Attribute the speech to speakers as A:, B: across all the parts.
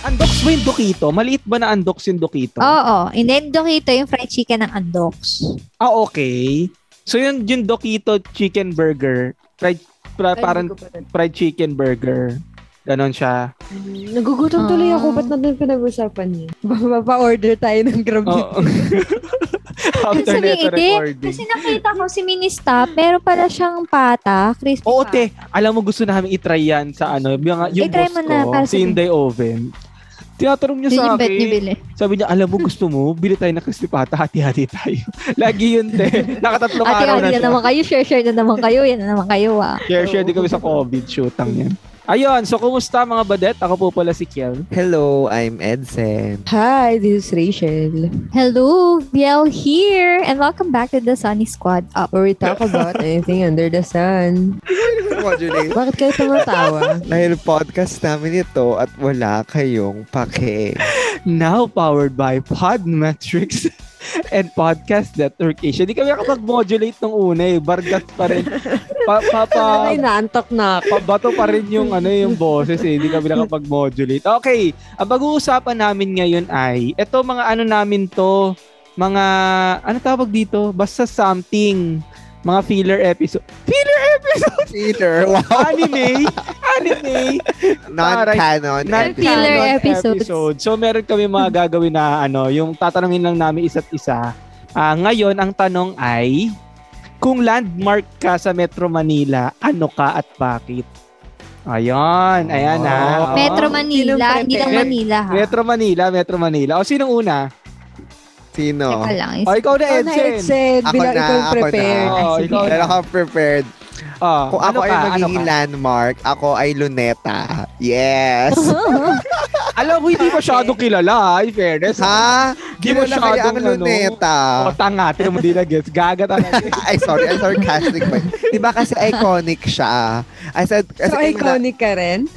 A: Undox mo yung Dokito? Maliit ba na undox yung Dokito?
B: Oo. And then, Dokito yung fried chicken ng Andox.
A: Ah, okay. So yun, yung Dokito chicken burger, fried, pra- parang fried chicken burger. Ganon siya.
C: Nagugutom tuloy ako.
B: Ah.
C: Ba't natin pinag-usapan niya? Mapa-order tayo ng grab dito.
A: Oo. Oh, After
B: Sabi,
A: neto
B: "Ede,
A: recording.
B: Kasi nakita ko si Minista, meron pala siyang pata, crispy
A: Oo,
B: pata.
A: te. Alam mo, gusto namin itry yan sa ano. Yung, yung
B: I-try
A: boss
B: mo na,
A: ko,
B: para
A: si
B: sabihin.
A: Inday Oven. Tinatanong niya
B: Yun
A: sa
B: yung bet ni
A: akin.
B: Bile.
A: Sabi niya, alam mo, gusto mo? Bili tayo ng crispy pata. Hati-hati tayo. Lagi yun, te. Nakatatlong
B: Ate,
A: araw
B: ate
A: na
B: na
A: siya.
B: naman kayo, share-share na naman kayo, yan na naman kayo ah.
A: Share, share din kami sa COVID shootang yan. Ayun, so kumusta mga badet? Ako po pala si Kiel.
D: Hello, I'm Edsen.
C: Hi, this is Rachel.
B: Hello, Biel here, and welcome back to the Sunny Squad Up.
C: Where we talk about anything under the sun.
D: Modulate.
C: Bakit kayo tumatawa?
D: Dahil podcast namin ito at wala kayong pake.
A: Now powered by Podmetrics and Podcast Network Asia. Di kami nakapag-modulate nung una eh. Bargat pa rin. Pa, pa, pa,
C: Ay, naantok na ako.
A: pabato pa rin yung, ano, yung boses eh. Di kami nakapag-modulate. Okay, ang pag-uusapan namin ngayon ay, eto mga ano namin to, mga, ano tawag dito? Basta something. Mga filler episode. Filler episode!
D: Peter, wow.
A: anime, anime,
D: Non-canon.
A: Not
B: Filler
A: canon
B: episodes.
A: episode. So meron kami mga gagawin na ano, yung tatanungin lang namin isa't isa. Ah, ngayon, ang tanong ay, kung landmark ka sa Metro Manila, ano ka at bakit? Ayan, ayan na.
D: Oh.
B: Metro
C: Sinong
B: Manila, hindi lang
A: prepare?
B: Manila ha.
A: Metro Manila, Metro Manila. O, sinong una?
D: Sino?
A: oh.
B: Teka lang.
A: O, ikaw na,
C: Ako na,
A: Edson.
C: Edson.
D: Ako
C: Bilang
D: na,
C: ikaw
D: ako na.
C: prepared.
A: Oo,
C: Sige.
A: Oh, ikaw
D: Pero ako prepared.
A: Oh,
D: Kung
A: ano
D: ako ay
A: ka? Ano
D: magiging
A: ka?
D: landmark, ako ay Luneta. Yes!
A: Alam ko, hindi masyado kilala, ha? In fairness.
D: ha?
A: Di
D: Kilala kaya
A: masyadong,
D: ang
A: ano,
D: Luneta?
A: O, tanga. Tinan mo, di na gets. Gaga talaga.
D: ay, sorry. I'm sarcastic. ba? Diba kasi iconic siya? I said, kasi
C: So, iconic ka rin?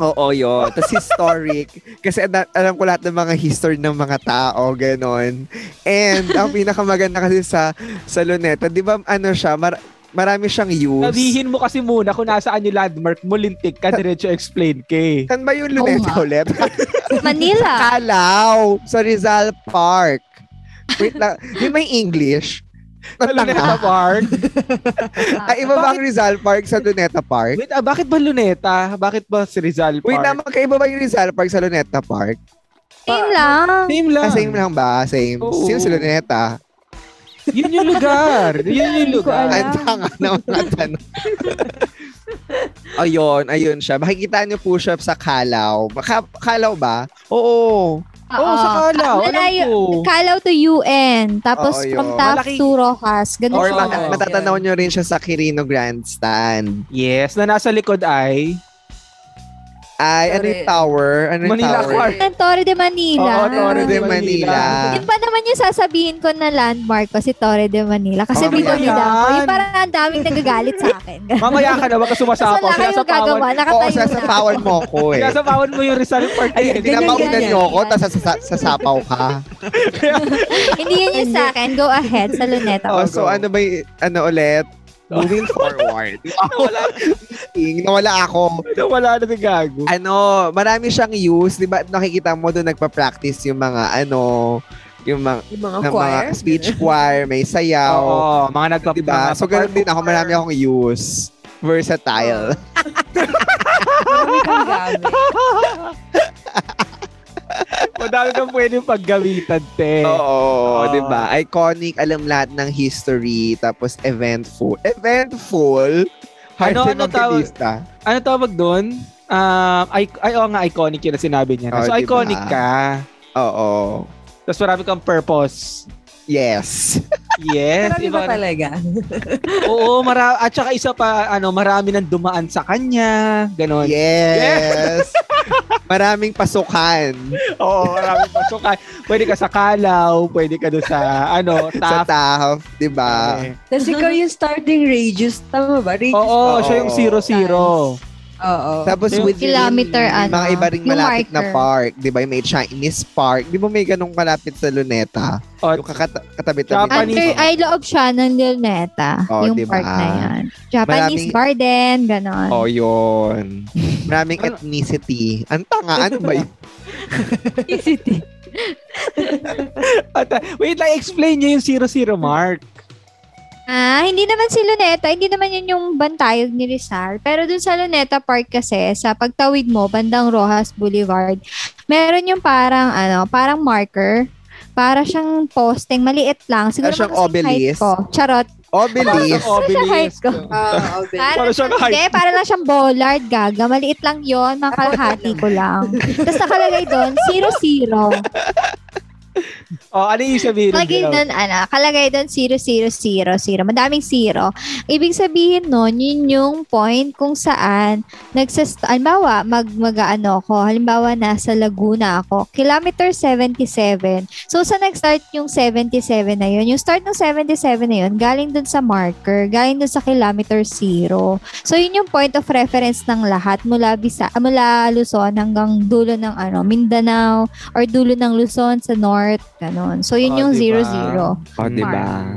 D: Oo, yun. Tapos historic. kasi na- alam ko lahat ng mga history ng mga tao, ganon. And ang pinakamaganda kasi sa, sa Luneta, di ba ano siya, mar- marami siyang use.
A: Sabihin mo kasi muna kung nasaan yung landmark mo, lintik ka, diretso explain ka eh.
D: Saan ba yung Luneta
B: Oo nga.
D: ulit?
B: Manila.
D: Kalaw! Sa Rizal Park. Wait lang. Yung may English.
A: Sa Luneta Park.
D: Ay, iba ba ang Rizal Park sa Luneta Park?
A: Wait, ah, bakit ba Luneta? Bakit ba si Rizal Park?
D: Wait na, magkaiba ba yung Rizal Park sa Luneta Park?
B: Same lang.
A: Same lang.
D: Ah, same lang ba? Same.
A: Oo.
D: Same sa Luneta.
A: Yun yung lugar. Yun yung
C: Hindi ko
A: lugar.
C: alam.
D: Ay, tanga naman ang ano, tanong. ayun, ayun siya. Makikita niyo push up sa Kalaw. Maka- Kalaw ba? Oo.
A: Oo, oh, sa Kalaw.
B: Ah,
A: Alam
B: malayo.
A: ko.
B: Kalaw to UN, tapos
D: Oo,
B: from
D: yun.
B: Taft
A: Oh, Malaki-
B: to Rojas. Ganun
D: Or
A: Oo.
B: siya.
D: mata- matatanaw niyo rin siya sa Quirino Grandstand.
A: Yes, na nasa likod ay
D: Ay, ano yung
C: Correct.
D: tower? Ano yung
A: Manila
D: tower?
A: Park.
B: Ang Torre de Manila.
A: Oo, Torre de
D: Manila.
A: Manila.
B: Yun pa naman yung sasabihin ko na landmark ko si Torre de Manila. Kasi
D: Mamaya
B: bigyan nila
A: yan.
B: ako. Yung parang ang daming nagagalit sa akin.
A: Mamaya ka na, baka
B: Tapos
A: sumasapaw.
B: wala kayong
A: Sinasapawan.
B: gagawa.
D: Oo,
B: Nakatayo
D: sa sasapawan mo ko eh.
A: Sinasapawan mo yung Rizal Park.
C: Ay,
A: eh.
C: ganyan,
D: Pinapaunan
C: ganyan.
D: niyo ako, tapos sasa- sasapaw ka.
B: Hindi yun yung sa akin. Go ahead sa luneta.
D: Oh,
B: ko.
D: so ano ba y- ano ulit? Moving forward.
A: Wala,
D: Nawala ako.
A: wala na si Gago.
D: ano, marami siyang use, 'di ba? Nakikita mo doon nagpa-practice yung mga ano, yung mga,
C: Yung mga
D: ng mga
C: choir.
D: speech choir, may sayaw,
A: Oo, mga nagpa
D: 'di ba? Diba? So ganun din ako, marami akong use. Versatile.
C: Marami kang gamit.
A: Madami kang pwedeng paggamitan, te.
D: Oo,
A: Oo.
D: 'di ba? Iconic, alam lahat ng history, tapos eventful. Eventful. Hard
A: Ano-
D: ano,
A: ano
D: ano
A: tawag- ano tawag doon? Um, ay, ay, oo nga, iconic yun na sinabi niya.
D: Oh,
A: so,
D: diba?
A: iconic ka.
D: Oo.
A: Tapos marami kang purpose.
D: Yes.
A: Yes.
C: Marami ba
A: iba-
C: talaga?
A: Oo, mara- at saka isa pa, ano, marami nang dumaan sa kanya. Ganon.
D: Yes. Maraming pasukan
A: Oo, maraming pasukan. Pwede ka sa Kalaw, pwede ka doon sa, ano,
D: sa
A: Taft.
D: Taft, di ba?
A: Eh.
C: Tapos ikaw yung starting Rages. Tama ba? Rages?
A: Oo,
D: Oo.
A: siya yung zero-zero.
C: Oo.
D: Tapos
A: Yung
D: with
B: kilometer,
D: yung mga
B: ano,
D: iba ring
B: yung
D: malapit na
B: marker.
D: park, di ba? Yung May Chinese park. Di ba may ganong kalapit sa Luneta?
A: At,
D: Yung kakata- katabi-tabi.
A: Japanese.
B: Under, ay, loob siya ng Luneta.
D: Oh,
B: yung
D: diba?
B: park na yan. Japanese
D: Maraming-
B: garden, ganon.
D: Oh, yun. Maraming
A: Ano?
D: ethnicity. Ang tanga, ano ba yun?
C: City.
A: at, ah, wait lang, explain niya yung zero-zero mark.
B: Ah, hindi naman si Luneta, hindi naman yun yung bantayog ni Rizal. Pero dun sa Luneta Park kasi, sa pagtawid mo, bandang Rojas Boulevard, meron yung parang, ano, parang marker. Para siyang posting, maliit lang. Siguro
D: Ah, siyang
B: mga kasing height
D: obelisk?
B: Ko. Charot.
A: Oh,
D: Obelisk.
A: Parang obelisk.
B: ko. Ano,
C: Oo.
A: Para siyang height.
B: Hindi, para lang siyang bollard, gaga. Maliit lang yon mga kalahati ko lang. Tapos nakalagay doon, zero-zero.
A: Oh, ano yung sabihin? nun,
B: Kalagay
A: Gerald?
B: doon, ano, kalagay doon, zero, zero, zero, zero. Madaming zero. Ibig sabihin nun, yun yung point kung saan nagsast... Halimbawa, mag, mag ano ko, halimbawa nasa Laguna ako, kilometer 77. So, saan nag-start yung 77 na yun? Yung start ng 77 na yun, galing doon sa marker, galing doon sa kilometer zero. So, yun yung point of reference ng lahat mula, Bisa, ah, mula Luzon hanggang dulo ng ano, Mindanao, or dulo ng Luzon sa north, ganun. So, yun
A: Oh,
B: yung
A: diba?
B: zero-zero.
D: Oh, di ba?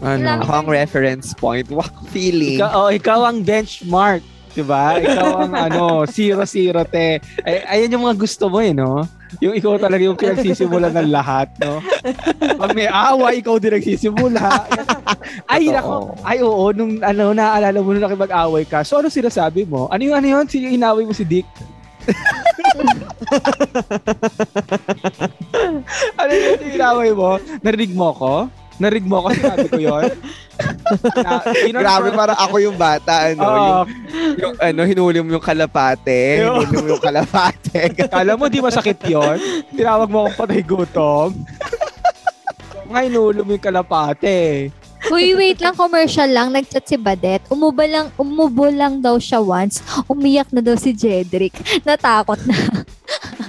D: Ano?
B: Kailangan-
D: Ako ang reference point. Wow, feeling.
A: Ikaw, oh, ikaw ang benchmark. Diba? Ikaw ang ano, zero-zero, te. Ay, ayan yung mga gusto mo eh, no? Yung ikaw talaga yung pinagsisimula ng lahat, no? Pag may awa, ikaw din nagsisimula. ay,
D: Totoo.
A: nako. Ay, oo. Nung ano, naaalala mo nung nakipag-away ka. So, ano sinasabi mo? Ano yung ano yun? Sino yung inaway mo si Dick? ano yun yung inaway mo? Narinig mo ko? Narinig mo ko? Sinabi ko yun? Na, yun ang
D: Grabe,
A: first-
D: parang ako yung bata, ano,
A: Oo,
D: yung, yung, ano, hinuli mo yung kalapate,
A: Yo.
D: hinuli mo yung kalapate.
A: Kala mo di masakit yon? Tinawag mo akong patay gutom? Nga inulom yung kalapate.
B: Uy, wait lang, commercial lang. Nag-chat si Badet. Umubo lang, umubo lang daw siya once. Umiyak na daw si Jedrick. Natakot na.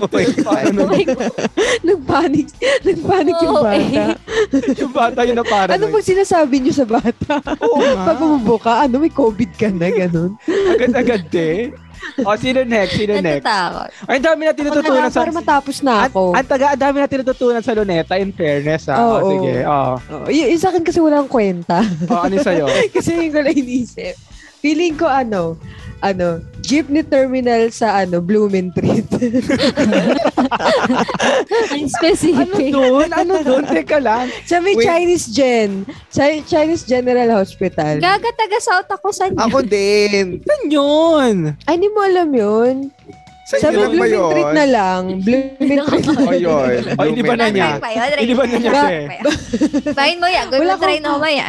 D: Oh my God.
A: Ano?
B: Oh my God.
C: Nagpanik. Nagpanik yung
B: Oo,
C: bata.
B: eh.
A: Yung bata yun na parang.
C: Ano pag sinasabi niyo sa bata? Pag bumubo ka, ano, may COVID ka na, ganun.
A: Ah, Agad-agad eh. O, sino next? Sino next?
B: Natatakot.
A: Ay, ang dami natin
C: Ano Ako na
A: natutunan
C: lang,
A: sa...
C: para matapos na
A: At,
C: ako.
A: at taga, ang dami natin natutunan sa Luneta, in fairness, ah.
C: Oo.
A: O, sige. O,
C: Oh, y- yung sa akin kasi walang kwenta.
A: o ano sa'yo?
C: kasi yun ko na iniisip. Feeling ko ano, ano, jeepney terminal sa ano, Bloomin' Treat.
B: Ang
A: Ano
B: specific.
A: dun? Ano dun? Teka lang.
C: sa may
D: Wait.
C: Chinese Gen. Sa Chinese General Hospital.
B: Gaga taga-south ako sa niya.
D: Ako din.
C: Ano
A: Saan yun?
C: Ay, hindi mo alam yun.
D: Sa
C: Sa may
D: inyo ba
C: Bloomin'
D: yun?
C: Treat na lang. Bloomin' Treat.
D: O yun.
A: O, Oh, hindi ba na niya?
B: Try pa yun, try
A: Hindi ba na Ano niya, eh?
B: pa
A: te?
B: yun. Bahin mo yan. Gawin
C: Wala
B: mo try
C: akong-
B: na mamaya.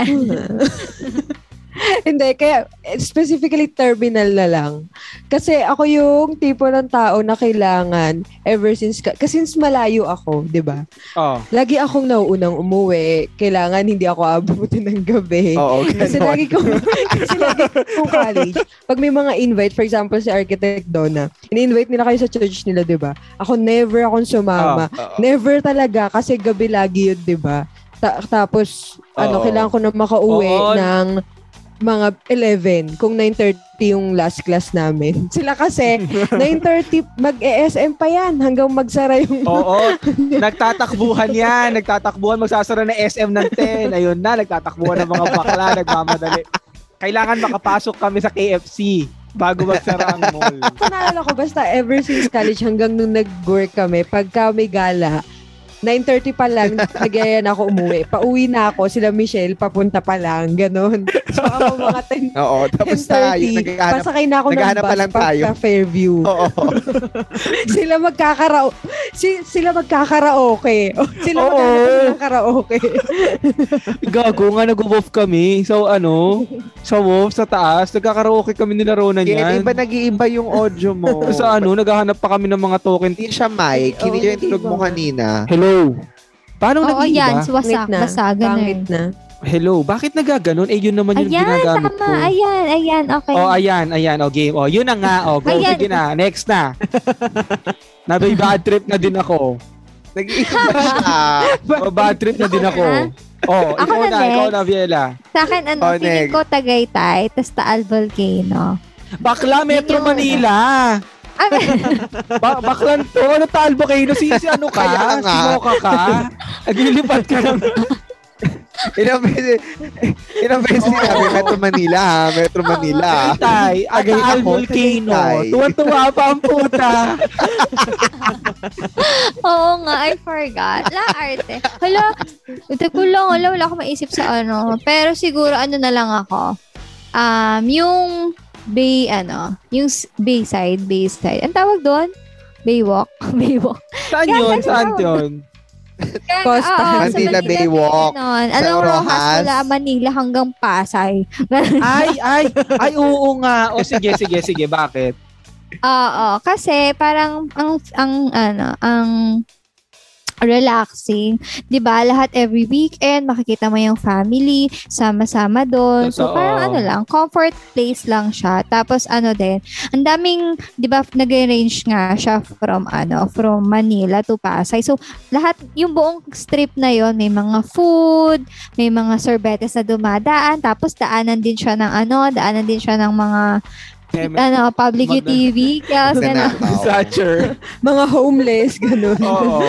C: Hindi, kaya eh, specifically terminal na lang. Kasi ako yung tipo ng tao na kailangan ever since, ka- kasi since malayo ako, di ba?
A: O.
C: Lagi akong nauunang umuwi. Kailangan hindi ako abutin ng gabi.
D: Oo,
C: Kasi
D: ganun.
C: lagi kong, kasi lagi kong college, pag may mga invite, for example, si Architect Donna, in-invite nila kayo sa church nila, di ba? Ako never akong sumama.
D: Oo.
C: Never talaga, kasi gabi lagi yun, di ba? Ta- tapos, ano,
D: Oo.
C: kailangan ko na makauwi
A: Oo.
C: ng mga 11, kung 9.30 yung last class namin. Sila kasi, 9.30, mag-ESM pa yan hanggang magsara yung...
A: Oo. Nagtatakbuhan yan. Nagtatakbuhan. Magsasara na SM ng 10. Ayun na. Nagtatakbuhan ng mga bakla. Nagmamadali. Kailangan makapasok kami sa KFC bago magsara ang mall.
C: Naalala ko, basta ever since college hanggang nung nag-work kami, pagka may gala, 9.30 pa lang, nagaya na ako umuwi. Pauwi na ako, sila Michelle, papunta pa lang, ganun. So ako mga 10,
D: Oo, tapos tayo,
C: 10.30,
D: naghahanap.
C: pasakay na ako ng
D: naghahanap
C: bus
D: pa lang tayo.
C: papunta Fairview.
D: Oo.
A: Ano
C: Sila magkakarao, si, sila magkakaraoke. O, Sila
A: Oo.
C: magkakaraoke ng karaoke.
A: Gago nga nag-wolf kami. So ano, sa wolf, sa taas, nagkakaraoke kami nila Ronan
D: Yan,
A: yan.
D: iba nag-iiba yung audio mo.
A: Sa ano, naghahanap pa kami ng mga token.
D: Hindi siya mic. Hindi
C: Oo,
D: yung tulog mo
C: nag-iiba.
D: kanina.
A: Hello. Paano
B: Oo, yan.
A: nag-iiba?
B: Wasak.
C: na.
B: Basagan na eh.
C: Pangit
B: yun.
C: na.
A: Hello, bakit nagaganon? Eh, yun naman yung
B: Ayan,
A: ginagamit
B: tama.
A: ko.
B: Ayan, ayan. Okay.
A: Oh, ayan, ayan, oh, game. Oh, yun na nga, oh, go,
B: Ayan.
A: sige na, next na. Nabay bad trip na din ako.
D: Nag-iiba siya.
A: Oh, bad trip na din ako. Oh,
B: Ako
A: ikaw
B: na
A: na,
B: next.
A: ikaw na, Viela.
B: Sa akin, ano,
D: Oh,
B: feeling
D: next.
B: ko Tagaytay, tas Taal Volcano.
A: Bakla, Metro
B: Yun yun.
A: Manila.
B: Ah,
A: Ba- baklan to, ano talbo kayo? Si, si ano ka?
D: Kaya nga.
A: Simoka ka? Naglilipat ka ng...
D: Ilang beses, ilang beses sinabi, Metro Manila ha, Metro Manila.
A: Tagaytay,
D: Agay
A: Agaal
D: ako,
A: Volcano.
D: Tagaytay.
A: Tuwan-tuwa pa ang puta.
B: oo nga, I forgot. La arte. Hala, tagulong, wala, wala akong maisip sa ano. Pero siguro, ano na lang ako. Um, yung bay, ano, yung s- bayside, bayside. Ang tawag doon? Baywalk. Baywalk.
A: Saan
B: Kaya
A: yun?
B: ganun.
A: Saan yun?
B: Kaya,
C: Costa.
B: oo, sa
D: Manila Baywalk.
B: ganun.
D: Sa
B: Anong Rojas?
D: Rojas.
B: Wala, Manila hanggang Pasay.
A: Ay, ay, ay, oo nga. O sige, sige, sige, bakit?
B: Oo, kasi parang ang ang ano, ang relaxing, 'di ba? Lahat every weekend makikita mo yung family, sama-sama doon. So
A: Totoo.
B: parang ano lang, comfort place lang siya. Tapos ano din, ang daming 'di ba nag-range nga siya from ano, from Manila to Pasay. So lahat yung buong strip na yon may mga food, may mga sorbetes na dumadaan, tapos daanan din siya ng ano, daanan din siya ng mga ano, public
A: Magda-
B: UTV, girls,
D: Sana
B: gano'n.
D: tao.
A: Satcher.
C: Mga homeless, ganun.
A: Oo.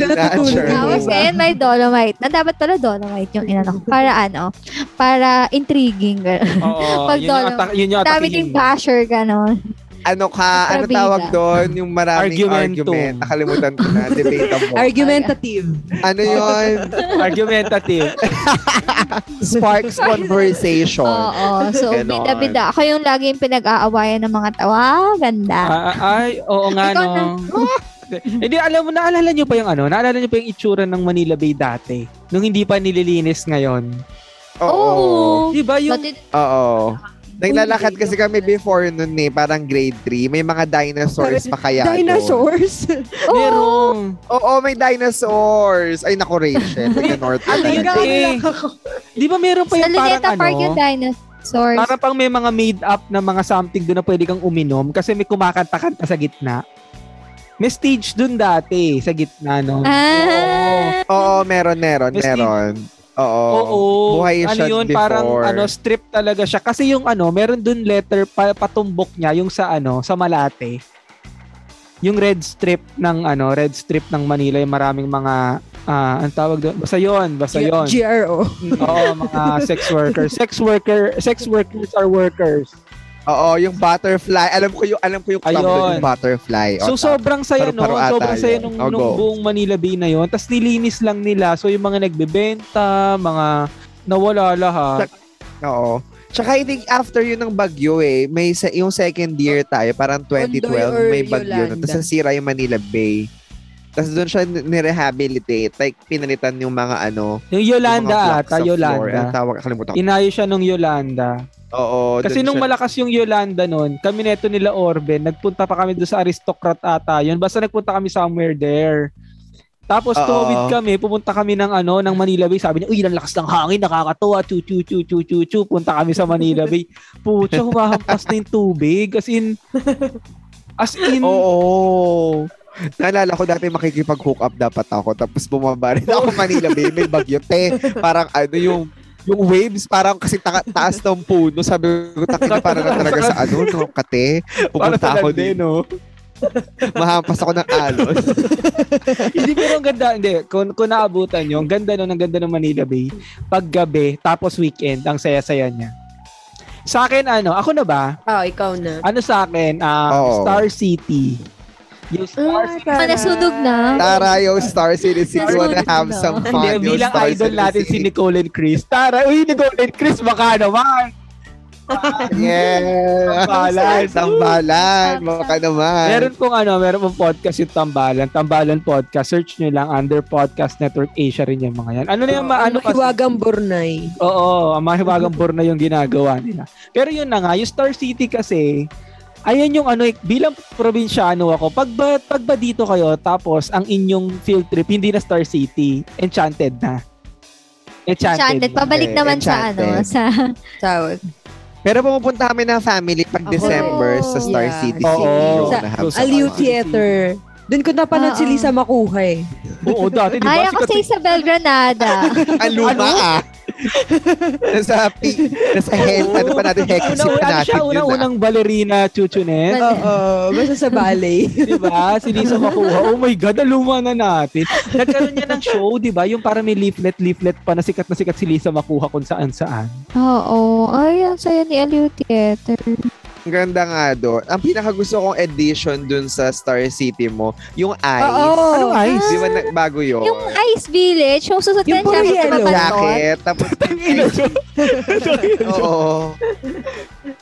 C: Doon natutulog
D: Sure.
C: yung
B: Tapos eh.
C: iba.
B: ngayon may dolomite. Na dapat pala dolomite yung inano. ko. Para ano, para intriguing. gano'n.
A: Oo.
B: Pag
A: yun, yung
B: dolo.
A: atak, yun yung
B: Dami
A: atakihin
B: ding
A: mo.
B: basher, gano'n.
D: Ano ka, ano
B: Kontrabida.
D: tawag doon? Yung maraming
A: Argumentum.
D: argument. Nakalimutan ko na, debatable.
C: Argumentative.
D: ano yun?
A: Argumentative.
D: Sparks conversation.
B: Oo. So,
D: Ganon.
B: bida-bida. Ako yung lagi yung pinag-aawayan ng mga tao. Ah, ganda.
A: Ah, ay, oo nga,
B: Ikaw na.
A: no. Hindi, alam mo, naalala nyo pa yung ano? Naalala nyo pa yung itsura ng Manila Bay dati? Nung hindi pa nililinis ngayon.
B: Oh.
D: Oo.
A: Di ba yung...
B: Pati,
D: Oo. Naglalakad kasi kami before nun eh, parang grade 3. May mga dinosaurs pa kaya doon.
C: Dinosaurs.
B: oo.
A: Merong...
D: Oo, may dinosaurs. Ay, naku, Rachel. Taga North
A: Ano yun,
D: Carolina.
A: eh? Di ba meron pa
B: Sa
A: yung
B: Luneta
A: parang
B: Park
A: ano?
B: yung dinosaurs.
A: Para pang may mga made up na mga something doon na pwede kang uminom kasi may kumakanta-kanta sa gitna. May stage doon dati sa gitna, no?
B: Ah.
D: Oo, meron, meron,
A: Yes,
D: meron. Oo.
A: Oo.
D: Buhay
A: ano
D: siya
A: yun,
D: before.
A: parang ano, strip talaga siya. Kasi yung ano, meron dun letter pa, patumbok niya, yung sa ano, sa Malate. Yung red strip ng ano, red strip ng Manila, yung maraming mga, ah, ang tawag doon, basta yun, basta yun.
C: GRO.
A: Oo, mga sex workers. Sex worker, sex workers are workers.
D: Oo, yung butterfly. Alam ko yung, alam ko yung club doon,
A: Ayun.
D: yung butterfly. O,
A: So sobrang saya no,
D: Paru-paro ata
A: sobrang saya
D: yun.
A: nung,
D: Oh,
A: nung
D: go.
A: buong Manila Bay na yon. Tapos nilinis lang nila. So yung mga nagbebenta, mga nawala lahat.
D: Oo. Tsaka I think after yun ng bagyo eh, may sa, yung second year tayo, parang 2012,
C: Ondoy or
D: may bagyo. na.
C: Yolanda?
D: Tapos nasira yung Manila Bay. Tapos doon siya n- nirehabilitate. Like, pinalitan yung mga ano,
A: Yung
D: yung mga
A: Yolanda
D: blocks
A: ata,
D: of floor. eh. Ang
A: Yolanda.
D: tawag, kalimutan ko.
A: Inayo siya nung Yolanda.
D: Oo.
A: Kasi
D: Oh, dun
A: nung
D: siya-
A: malakas yung Yolanda nun, kami neto nila Orben, nagpunta pa kami doon sa aristocrat ata yun. Basta nagpunta kami somewhere there. Tapos
D: Oo.
A: tuwid kami, pumunta kami ng ano, ng Manila Bay. Sabi niya, uy, ang lakas ng hangin, nakakatuwa, chu chu chu chu chu chu. Punta kami sa Manila Bay. Pucha, humahampas na yung tubig. As in, as in,
D: Oo. Naalala ko dati makikipag-hook up dapat ako. Tapos bumaba rin ako Manila Bay. May bagyo. Te, parang ano yung yung waves parang kasi ta- taas ng puno sabi ko takin para na talaga sa ano no kate
A: para
D: pupunta ako din
A: no?
D: mahampas ako ng alon
A: hindi, pero ang ganda, hindi, kung, kung naabutan nyo, ang ganda nun, ang ganda ng Manila Bay, paggabi, tapos weekend, ang saya-saya niya. Sa akin, ano, ako na ba?
C: Oh, ikaw na.
A: Ano sa akin, um,
D: Oo.
A: Star City. Yung Star City.
B: Ah, nasunog na.
D: Tara yung Star Citizen you wanna
B: Nasunog
D: have
B: na.
D: some fun
A: Hindi,
D: yung
A: bilang
D: Star
A: idol natin si
D: Citizen.
A: Nicole and Chris. Tara, uy, Nicole and Chris, baka naman.
D: yeah
A: Tambalan.
D: tambalan baka naman
A: Meron pong ano, meron pong podcast yung Tambalan. Tambalan Podcast. Search nyo lang under Podcast Network Asia rin yung mga yan. Ano na yung ma- ano kasi-
C: Iwagang Burnay.
A: Oo, ang mahiwagang burn na yung ginagawa nila. Pero yun na nga, yung Star City kasi, ayan yung ano, eh, bilang probinsyano ako, pag ba, pag ba dito kayo, tapos ang inyong field trip, hindi na Star City, enchanted na.
B: Enchanted.
A: Enchanted.
B: Pabalik
D: Okay,
B: naman sa ano,
D: Enchanted.
B: sa...
C: Tawag.
D: Pero pumupunta kami ng family pag
C: Ako.
D: December sa Star
C: Yeah.
D: City.
A: Oo.
D: Singing show
C: Sa-
D: na habang-
A: Sa
C: Aliw
A: Palawan.
C: Theater. Doon ko napanood
B: Ah,
C: si
B: ah.
C: Lisa Makuha eh.
A: Oo, dati, di
B: Ay,
A: ba?
B: ako
A: Sikat eh.
B: sa Isabel Granada.
D: Ang
C: Ano?
D: luma ah. nasa peak, nasa health, ano pa natin, hectic
A: Una, una, ano
D: natin
A: siya,
D: yun ah.
A: una-unang ballerina chuchunet.
C: Oo, basta sa ballet.
A: di ba? Si Lisa Makuha. Oh my God, naluma na natin. Nagkaroon niya ng show, di ba? Yung para may leaflet-leaflet pa na sikat na sikat si Lisa Makuha kung saan-saan.
B: Oo. Ay, ang saya ni Aliw Theater.
D: ah. Ang ganda nga doon. Ang pinakagusto kong edition dun sa Star City mo, yung eyes.
A: Ano
C: Oo.
A: ay?
D: Di ba nagbago yun?
B: Yung Ice Village, yung susunod
C: Yung
B: yung
C: puro
B: jacket
C: yellow.
B: na pantalon.
D: jacket, tapos oo.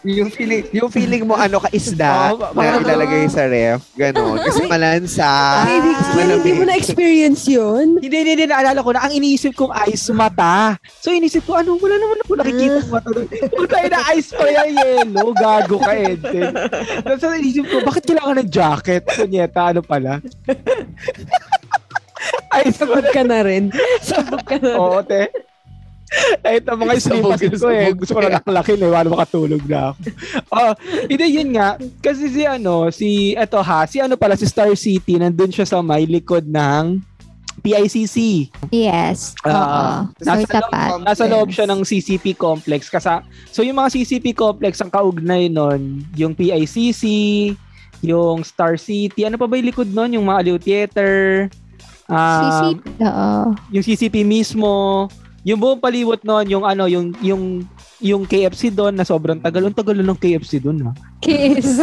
D: Yung feeling, yung feeling mo ano ka isda
A: Oo, ba-
D: na
A: ba-
D: ilalagay sa ref, ganon. Kasi malansa.
C: Ay, Vix,
D: malamig.
C: hindi mo na-experience yun?
A: Hindi, hindi, hindi. Naalala ko na ang iniisip kong ice mata. So, inisip ko, ano, wala naman ako nakikita ng mata. doon. Puta na ice pa yan, yellow. Gago ka, Edson. Tapos so, inisip ko, bakit kailangan ng jacket? Kunyeta, ano pala? ice
C: Sabog ka na rin. Sabog ka na rin.
A: Oo, te. Eh, ito mga
D: Sabog,
A: sleepers ko eh.
D: sabog.
A: Gusto ko na laklakin eh. Wala makatulog na ako. Oh, hindi, yun nga. Kasi si ano, si, eto ha, si ano pala, si Star City, nandun siya sa may likod ng PICC.
B: Yes.
A: Ah.
B: Oo. May
D: Nasa
B: tapat.
D: loob-
A: Nasa
B: Yes.
A: loob siya ng CCP complex. Kasa, so yung mga CCP complex, ang kaugnay nun, yung PICC, yung Star City, ano pa ba yung likod nun? Yung Maaliw Theater, um,
B: CCP. Oo.
A: yung CCP mismo, yung buong palibot nun, yung ano, yung, yung, yung KFC doon na sobrang tagal. Ang tagal na ng KFC doon, ha?
B: KFC.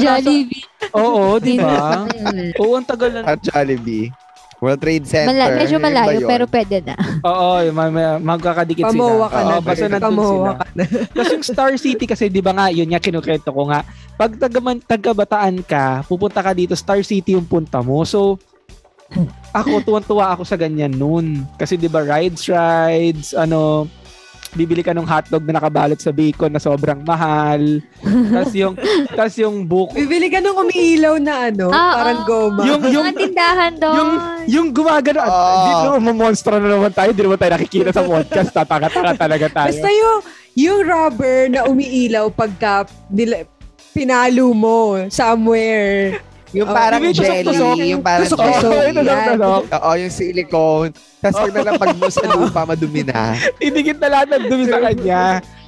B: Jollibee.
A: Oo, di ba?
B: Mm.
A: Oo, ang tagal na.
D: At Jollibee. World Trade Center.
B: Mala- medyo
D: yun ba
B: malayo,
D: yun?
B: pero pwede na.
A: Oo, yung mga- mga- magkakadikit sila.
C: Pamuha ka na.
A: Oo, basta nandun
C: Pamuha
A: sila. Tapos yung Star City kasi 'di ba nga yun nga kinukwento ko nga pag taga tagabataan ka pupunta ka dito Star City yung punta mo so ako tuwan-tuwa ako sa ganyan noon kasi 'di ba rides rides ano bibili ka ng hotdog na nakabalot sa bacon na sobrang mahal tapos yung tapos yung buko
C: Bibili ka nung umiilaw na ano,
B: Ah,
C: parang
B: ah.
C: goma.
A: Yung-
B: Yung mga tindahan doon.
A: yung yung gumagano at
D: Ah.
A: di naman mamonstra na naman tayo di naman tayo nakikita sa podcast tatanga-tanga talaga tayo
C: Basta yung, yung rubber na umiilaw pagka nila, pinalo mo somewhere. Oh,
D: Yung parang
A: yung may tusok-tusok.
D: jelly. Yung parang
A: Tusok-tusok. ano?
D: jelly.
A: Ay, tusok-tusok.
D: Oo, yung silicone. Tapos pag nalapag mo sa lupa, madumi na.
A: idikit na lahat ng dumi sa kanya.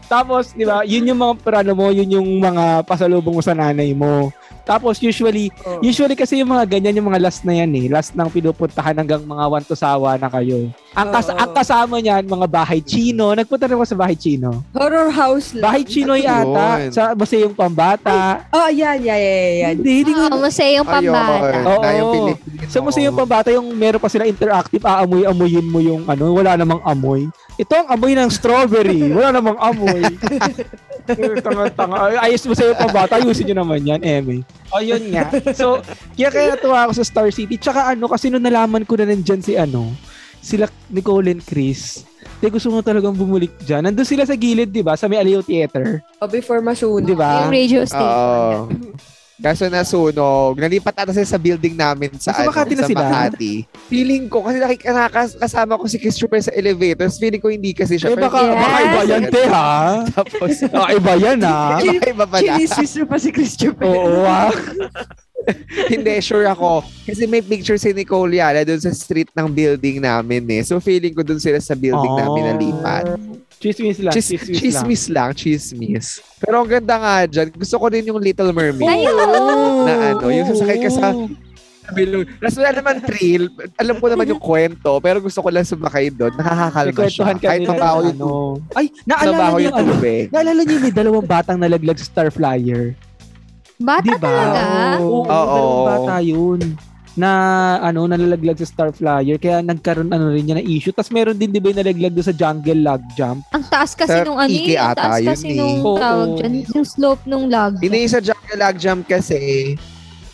A: Tapos, di ba, yun yung mga prano mo, yun yung mga pasalubong mo sa nanay mo. Tapos usually,
C: Oh.
A: usually kasi yung mga ganyan, yung mga last na yan eh. Last nang pinupuntahan hanggang mga wanto sawa na kayo. Ang, kas-
C: Oo.
A: ang kasama niyan, mga bahay chino. Nagpunta rin ako sa bahay chino.
C: Horror house lang.
A: Bahay chino yata.
D: Yun.
A: Sa masayong pambata.
C: Oh, yan, yan, yan, yan, yan.
A: Hindi, hindi ko-
B: Oo, museo pambata.
D: Ayun, na yung
A: Oo.
D: Pilipinas.
A: Sa museo pambata, yung meron pa sila interactive, aamoy-amoyin mo yung ano, wala namang amoy. Ito ang amoy ng strawberry, wala namang amoy. Eh, Tanga-tanga. Ay, Ayos mo sa'yo pambata, ayusin nyo naman yan, Eme. O, Oh, yun nga. So, kaya kaya natuwa ako sa Star City. Tsaka ano, kasi nung nalaman ko na nandyan si ano, sila Nicole and Chris, te, gusto mo talagang bumulik dyan. Nandun sila sa gilid, di ba? Sa may Aliyo Theater.
C: Oh, before masunog.
A: Di ba?
B: Yung radio station.
D: Oo. Kaso nasunog. Nalipat ata sila sa building namin sa,
A: Nasa
D: ano,
A: Makati na
D: sa
A: sila?
D: Makati. Feeling ko, kasi nakikasama kasama ko si Chris Trooper sa elevator, tapos feeling ko hindi kasi
A: Eh,
D: siya.
A: baka,
B: Yes.
A: baka iba yan, te, ha?
D: Tapos,
A: Baka iba yan, ha?
D: baka iba pala.
C: Chiniswis na pa si Christopher.
A: Oo, ha?
D: hindi, sure ako. Kasi may picture si Nicole Yala doon sa street ng building namin eh. So feeling ko doon sila sa building
A: Oh.
D: namin nalipat.
A: Chismis lang,
D: Chis-
A: chismis, lang.
D: chismis lang. chismis. Pero ang ganda nga dyan, gusto ko din yung Little Mermaid.
B: Ay, oo.
D: na ano, yung sasakay ka sa bilog. Tapos wala naman thrill. Alam ko naman yung kwento, pero gusto ko lang sumakay doon. Nakakakalma siya.
A: Kwentuhan ka
D: Kahit
A: nila ng
D: mabaho yung,
A: ano. Ay, naalala
D: mabaho
A: niyo
D: yung
A: yung ano?
D: tubig.
A: Naalala niyo yung may dalawang batang nalaglag sa Star Flyer.
B: Bata
A: Diba?
B: talaga.
A: Oo,
D: Oo.
A: dalawang bata yun na ano nalalaglag sa Star Flyer kaya nagkaroon ano rin niya na issue tapos meron din di ba yung nalaglag doon sa jungle log jump
B: Ang taas kasi
D: Sa
B: nung ano
D: Iki
B: eh. Ang
D: ata,
B: taas
D: yun
B: kasi
D: eh.
B: nung
A: Oo.
B: tawag dyan. Yung slope nung log.
D: Hindi yung sa jungle log jump kasi,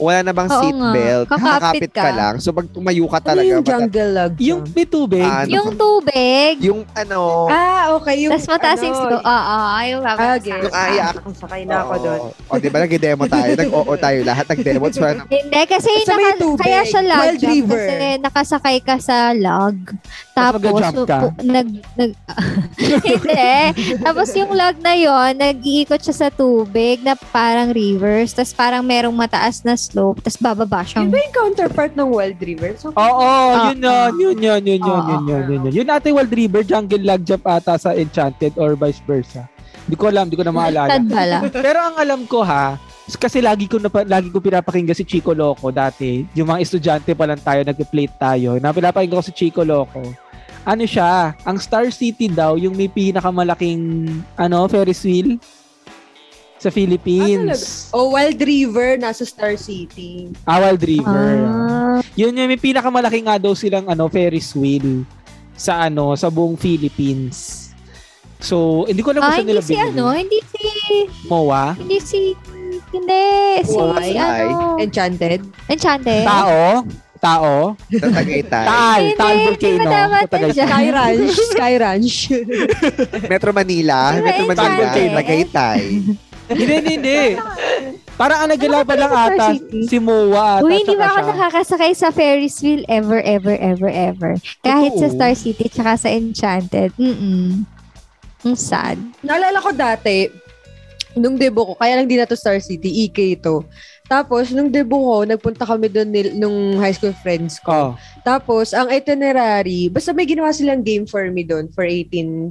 D: wala na bang
B: Oo
D: seatbelt,
B: nga. Kakapit
D: kakapit ka.
B: ka.
D: lang. So pag tumayo ka
C: Ano
D: talaga,
C: yung
D: mata-
C: jungle log?
A: Yung may tubig.
D: Ah, ano-
B: Yung tubig.
D: yung ano,
C: ah, okay. Yung,
B: Tapos mataas yung
C: ano,
B: snow. Oo, ayaw ka.
C: Ah, okay.
D: Yung ayak.
C: Ang sakay na ako doon.
D: O, di ba nag-demo tayo? Nag-oo tayo lahat. Nag-demo. So, parang,
B: Hindi, kasi
C: Sa may
B: naka,
C: tubig.
B: kaya siya log
C: Wild
B: jump
C: river.
B: kasi nakasakay ka sa log. Tapos,
A: nag-jump ka?
B: pu- nag, nag, hindi. Tapos yung log na yon nag-iikot siya sa tubig na parang rivers. Tapos parang merong mataas na slope. Tapos bababa
C: Yun
B: siyang
C: ba yung counterpart ng Wild River? So,
A: Oo,
B: Ah,
A: yun yun, yun yun, yun yun,
B: Ah,
A: yun yun, yun yun. Yun ata yung Wild River, Jungle Log Jump ata sa Enchanted or vice versa. Hindi ko alam, hindi ko na maalala.
B: Tad pala.
A: Pero ang alam ko ha, kasi lagi ko napa, lagi ko pinapakinggan si Chico Loco dati. Yung mga estudyante pa lang tayo, nagpe-plate tayo. Na pinapakinggan ko si Chico Loco. Ano siya, ang Star City daw yung may pinakamalaking ano, Ferris wheel sa
B: Ah,
A: Philippines.
C: oh, Wild River, nasa Star City.
A: Ah, Wild River.
B: Ah,
A: Yun yung may pinakamalaki nga daw silang ano, Ferris wheel sa ano, sa buong Philippines. So, hindi ko alam kung
B: ah,
A: saan nila
B: hindi si
A: binili.
B: ano, hindi si,
A: Moa?
B: hindi si, hindi, si, si
C: Why?
B: ano,
C: Enchanted.
B: Enchanted.
A: Tao? Tao?
D: Tatagaytay.
A: Taal,
B: Hindi,
A: Taal
B: hindi
A: Volcano.
B: madama
A: Sa Tagaytay.
B: tayo
C: Sky Ranch. Sky Ranch.
D: Metro Manila.
B: Diba,
D: Metro Manila.
B: Enchanted?
D: Tagaytay.
A: Hindi, hindi, hindi. Parang ang naglalaban lang
B: Star
A: ata
B: City?
A: si Moa ata.
B: Uy,
A: tsaka
B: hindi ba ako
A: siya.
B: nakakasakay sa Ferris wheel ever, ever, ever, ever. Kahit sa
A: Totoo.
B: Star City tsaka sa Enchanted. Mm-mm. Ang sad.
C: Naalala ko dati, nung debo ko, kaya lang di na to Star City, EK to. Tapos, nung debo ko, nagpunta kami doon nil- nung high school friends
A: Oh.
C: ko. Tapos, ang itinerary, basta may ginawa silang game for me doon for 18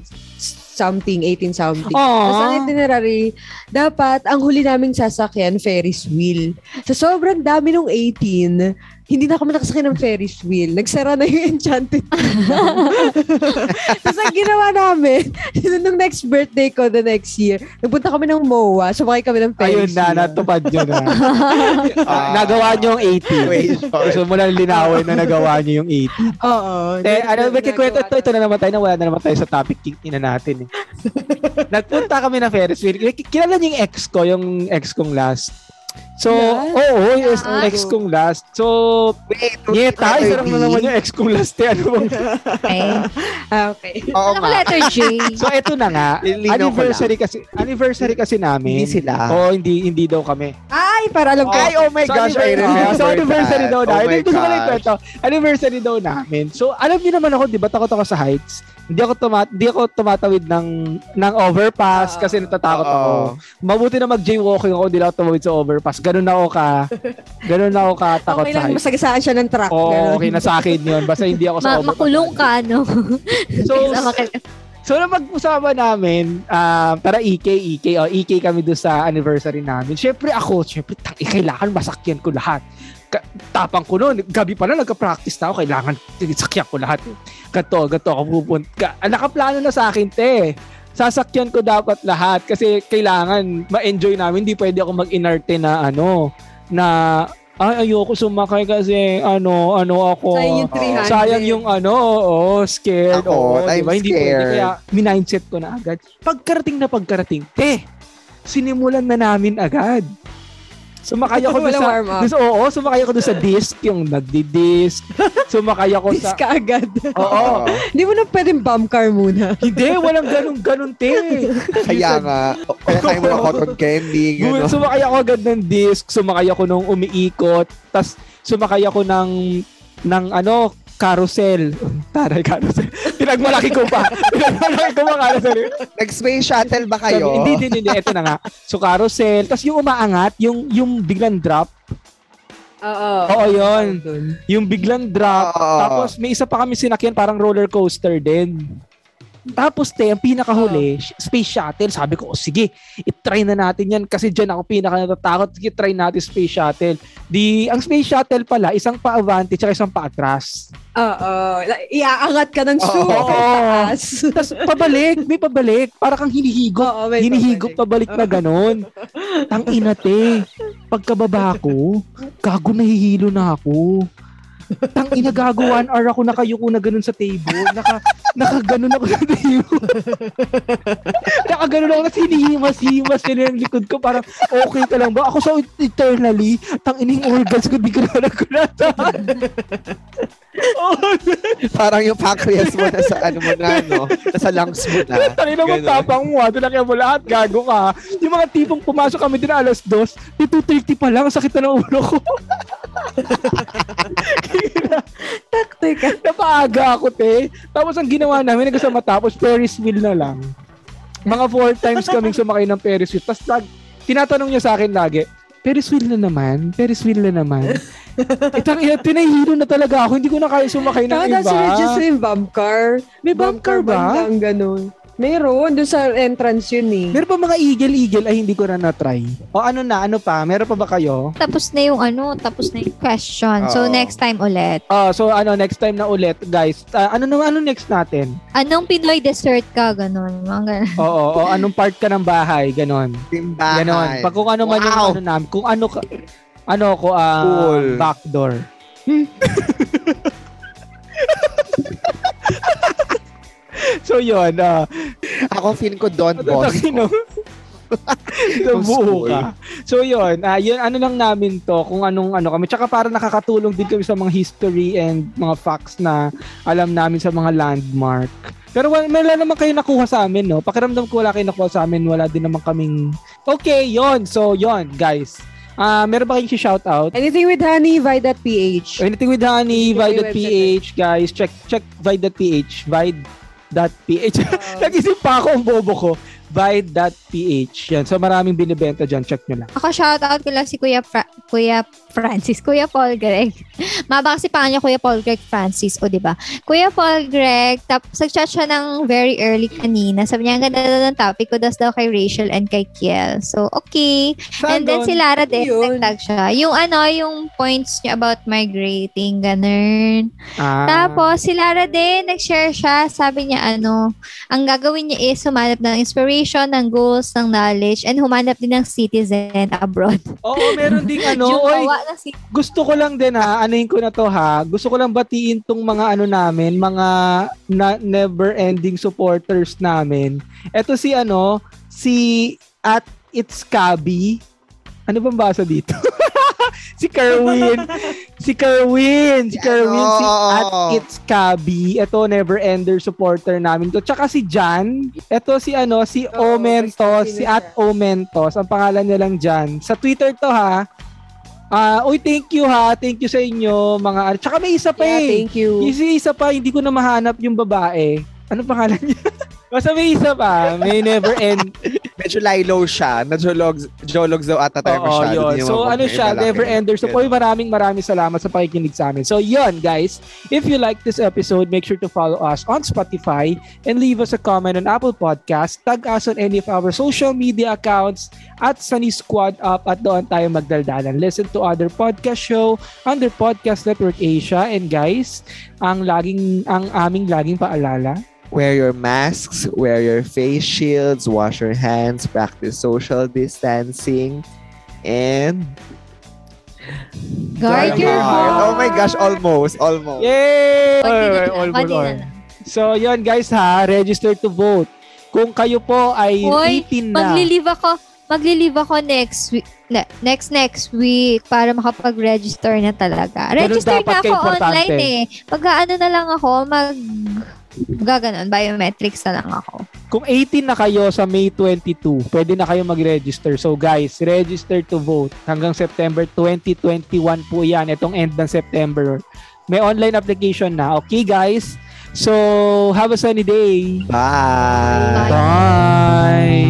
C: something, 18 something.
A: Aw.
C: Tapos, ang itinerary, dapat ang huli naming sasakyan, Ferris wheel. Sa sobrang dami nung 18, hindi na kami nakasakyan ng Ferris wheel. Nagsara na yung Enchanted Kingdom. Tapos, ang ginawa namin, nung next birthday ko the next year, nagpunta kami ng MOA, sumakay kami ng
A: Ayun
C: Ferris
A: na,
C: wheel.
A: natupad yun na.
D: Ah.
A: nagawa niyo yung 80.
D: Wait,
A: So, mula linawin na nagawa niyo yung 80.
C: Oo.
A: Eh, ano,
C: Nagawa
A: may kikwento ito,
C: namin.
A: ito na naman tayo, na wala na naman tayo sa topic king- ina natin eh. Nagpunta kami na Ferris wheel. Ki- Kilala niyo yung ex ko, yung ex kong last. So,
C: Last?
A: oo, oh, yung
B: Last?
A: ex kong last. So,
D: wait.
A: yeah, tayo, sarang ah, na naman
D: Ruby.
A: yung ex kong last. Eh, ano bang
B: Okay.
C: Ah, okay.
D: Oo
B: Ano ko
D: nga.
B: letter J?
A: So eto na nga,
D: Nilinaw ko
A: anniversary kasi anniversary kasi namin.
D: Hindi sila.
A: Oo, hindi hindi daw kami.
C: Ay, para alam ko.
D: Ay, oh my
A: So,
D: gosh, I
A: anniversary-
D: remember
A: So anniversary
D: that.
A: daw
D: Oh
A: namin.
D: my
A: Hindi ko lang
D: gosh.
A: kwento. Anniversary daw namin. So alam niyo naman ako, 'di ba, takot ako sa heights. Hindi ako tuma hindi ako tumatawid ng ng overpass
C: Oo.
A: kasi natatakot ako.
D: Ah, Oo.
A: Mabuti na mag-jaywalking ako, hindi lang ako tumawid sa overpass. Ganun na ako ka. Ganun na ako ka takot
C: okay
A: sa
C: lang,
A: heights.
C: masagasaan siya ng truck.
A: Oo,
C: ganun.
A: okay na sa akin 'yun. Basta hindi ako sa
B: Ma-
A: overpass.
B: makulong ka, no?
A: So,
B: Sa makil-
A: So, nung pag-usapan namin, ah, tara EK, EK, oh, EK kami doon sa anniversary namin. Siyempre ako, siyempre, tang, eh, kailangan masakyan ko lahat. Ka- tapang ko noon, gabi pa lang, nagka-practice na ako, kailangan sakyan ko lahat. Gato, gato ako pupunta. Ka- ah, nakaplano na sa akin, te. Sasakyan ko dapat lahat kasi kailangan ma-enjoy namin. Hindi pwede ako mag-inarte na ano, na ay, ayoko sumakay kasi ano, ano ako.
C: Sayang yung
D: Oo.
C: 300.
A: Sayang yung ano, oo, scared.
D: Ako,
A: oo,
D: I'm
A: diba? Hindi
D: scared.
A: pwede. Kaya minindset ko na agad. Pagkarating na pagkarating, te, sinimulan na namin agad. Sumakay ako doon
C: Walang
A: sa...
C: warm up.
A: Doon, sa- oo, sumakay ako doon sa disc, yung nagdi-disc. Sumakay ako
C: Dis
A: sa...
C: ka agad.
A: Oo.
C: Hindi mo na pwedeng bump car muna.
A: Hindi, walang ganun-ganun, te.
D: Kaya nga, o kaya mo mga cotton candy, ano.
A: Gano'n.
D: gano'n.
A: Sumakay ako agad ng disc, sumakay ako nung umiikot, tas sumakay ako ng, ng ano, carousel. Taray, carousel. Pinagmalaki ko pa. Pinagmalaki ko pa carousel.
D: Nag-space shuttle ba kayo?
A: Sabi, Hindi, hindi, hindi. Ito na nga. So, carousel. Tapos yung umaangat, yung, yung biglang drop.
C: Oo.
A: Oo, yun. Yung biglang drop.
D: Oo.
A: Tapos may isa pa kami sinakyan, parang roller coaster din. Tapos, te, ang pinakahuli, sh- space shuttle. Sabi ko, oh, sige, itry na natin yan kasi dyan ako pinaka natatakot. Sige, try natin space shuttle. Di, ang space shuttle pala, isang pa-avante tsaka isang pa-atras.
C: Oo. La- Iaangat ka ng
D: Oo.
C: super taas.
A: Tapos, pabalik, may pabalik. Para kang hinihigop.
C: Oo, may
A: hinihigop pabalik na ganun. Tang ina te. Pagkababa ko, gago nahihilo na ako. Tang ina gago, one hour ako nakayuko na ganun sa table. Naka, nakaganon ako sa table. nakaganon ako na hinihimas-himas yun yung likod ko. Parang, okay ka lang ba? Ako sa eternally, tang ining organs ko, di ko na nakulata. oh,
D: Parang yung pancreas mo nasa ano mo na, no? Nasa lungs mo na.
A: Tari na
D: Ganun.
A: magtapang mo, ah. Tinakyan mo lahat, gago ka. Yung mga tipong pumasok kami din alas dos, di 2.30 pa lang, ang sakit na ng ulo ko.
C: Tactical.
A: Napaaga ako, te. Tapos ang ginawa namin, gusto matapos, Ferris wheel na lang. Mga four times kaming sumakay ng Ferris wheel. Tapos lag, tinatanong niya sa akin lagi, Ferris wheel na naman, Ferris wheel na naman. Itang ina, tinahiro na talaga ako. Hindi ko na kaya sumakay ng
C: Tama
A: iba.
C: na sila just yung bump car.
A: May bump car ba?
C: Bandang ganun. Meron, doon sa entrance yun eh.
A: Meron pa mga eagle-eagle ay hindi ko na na-try. O ano na, ano pa? Meron pa ba kayo?
B: Tapos na yung ano, tapos na yung question. So,
D: Oo.
B: next time ulit.
A: Ah, so ano, next time na ulit, guys. Ah, ano naman, ano next natin?
B: Anong Pinoy dessert ka? Ganon. Mga ganon.
A: Oo, oo, anong part ka ng bahay? Ganon.
D: Timbahan.
A: Ganon. Pag kung ano man yung
D: Wow.
A: ano namin, kung ano ka, ano ko, ah,
D: Cool.
A: backdoor. so yun, ah,
D: Ako feel ko Don
A: Ano
D: Boss.
A: Tatakino. Nabuo ka. So yun, ah, yun ano lang namin to, kung anong ano kami. Tsaka para nakakatulong din kami sa mga history and mga facts na alam namin sa mga landmark. Pero wala, wala naman kayo nakuha sa amin, no? Pakiramdam ko wala kayo nakuha sa amin. Wala din naman kaming... Okay, yon So, yon guys. ah meron ba kayong shoutout?
C: Anything with honey, vi.ph.
A: Anything with Honey,
C: Hindi ko yung
A: Vide.ph, guys. Check, check Vide.ph. Vide.ph. Nag-isip pa ako ang bobo ko. Vide.ph. Yan. So maraming binibenta dyan. Check nyo lang.
B: Ako, shoutout ko lang si Kuya, Fra- Kuya Francis. Kuya Paul Greg. Mabaka si pangalan niya Kuya Paul Greg Francis. O, di ba? Kuya Paul Greg, tapos nag-chat siya ng very early kanina. Sabi niya, ang ganda daw ng topic ko, das daw kay Rachel and kay Kiel. So, okay.
A: Saan
B: and
A: doon?
B: then si Lara din,
C: Yun.
B: nagtag siya. Yung ano, yung points niya about migrating, ganun.
A: Ah,
B: Tapos, si Lara din, nag-share siya. Sabi niya, ano, ang gagawin niya is humanap ng inspiration, ng goals, ng knowledge, and humanap din ng citizen abroad.
A: Oo, meron ding ano.
B: yung
A: oy,
B: gawa ng citizen.
A: gusto ko lang din ha, anuhin ko na to ha. Gusto ko lang batiin tong mga ano namin, mga na- never-ending supporters namin. Eto si ano, si at it's Kabi. Ano bang basa dito? si Kerwin. si Kerwin. Si Kerwin. Si
D: Ano?
A: at it's Kabi. Ito, never-ender supporter namin to. Tsaka si Jan. Ito si ano, si
C: Oo,
A: Omentos.
C: may
A: Si
C: sino
A: at Omentos. Ang pangalan niya lang Jan. Sa Twitter to ha. Ah, uy, thank you ha. Thank you sa inyo mga ano. Tsaka may isa pa
C: Yeah,
A: eh.
C: thank you.
A: Yung isa pa, hindi ko na mahanap yung babae. Ano pangalan niya? Basta may isa pa. May never end.
D: Medyo lilo siya. Medyo logs, jologs daw ata tayo
A: Oo,
D: masyado.
A: yun. So,
D: Hindi naman
A: ano
D: maganda
A: siya,
D: yung malaki.
A: never ender. So,
D: Ganun.
A: oy, maraming maraming salamat sa pakikinig sa amin. So, yun, guys. If you like this episode, make sure to follow us on Spotify and leave us a comment on Apple Podcasts. Tag us on any of our social media accounts at Sunny Squad Up at doon tayo magdaldalan. Listen to other podcast show under Podcast Network Asia. And guys, ang laging ang aming laging paalala,
D: Wear your masks, wear your face shields, wash your hands, practice social distancing, and...
B: Guard your heart.
D: Oh my gosh, almost, almost.
A: Yay!
B: Konti na
A: Alright, almost,
B: lang, konti na
A: alright.
B: lang.
A: So, yun guys ha, register to vote. Kung kayo po ay
B: Hoy,
A: 18 na.
B: Maglilive ako, maglilive ako next week, ne- next next week para makapag-register na talaga.
A: Ganun
B: Register
A: dapat
B: na ako
A: ka-importante.
B: online eh. Mag-ano na lang ako, mag gaganon, biometrics na lang ako.
A: Kung 18 na kayo sa May 22, pwede na kayo mag-register. So guys, register to vote hanggang September 2021 po yan. Itong end ng September. May online application na. Okay guys? So, have a sunny day.
D: Bye.
A: Bye.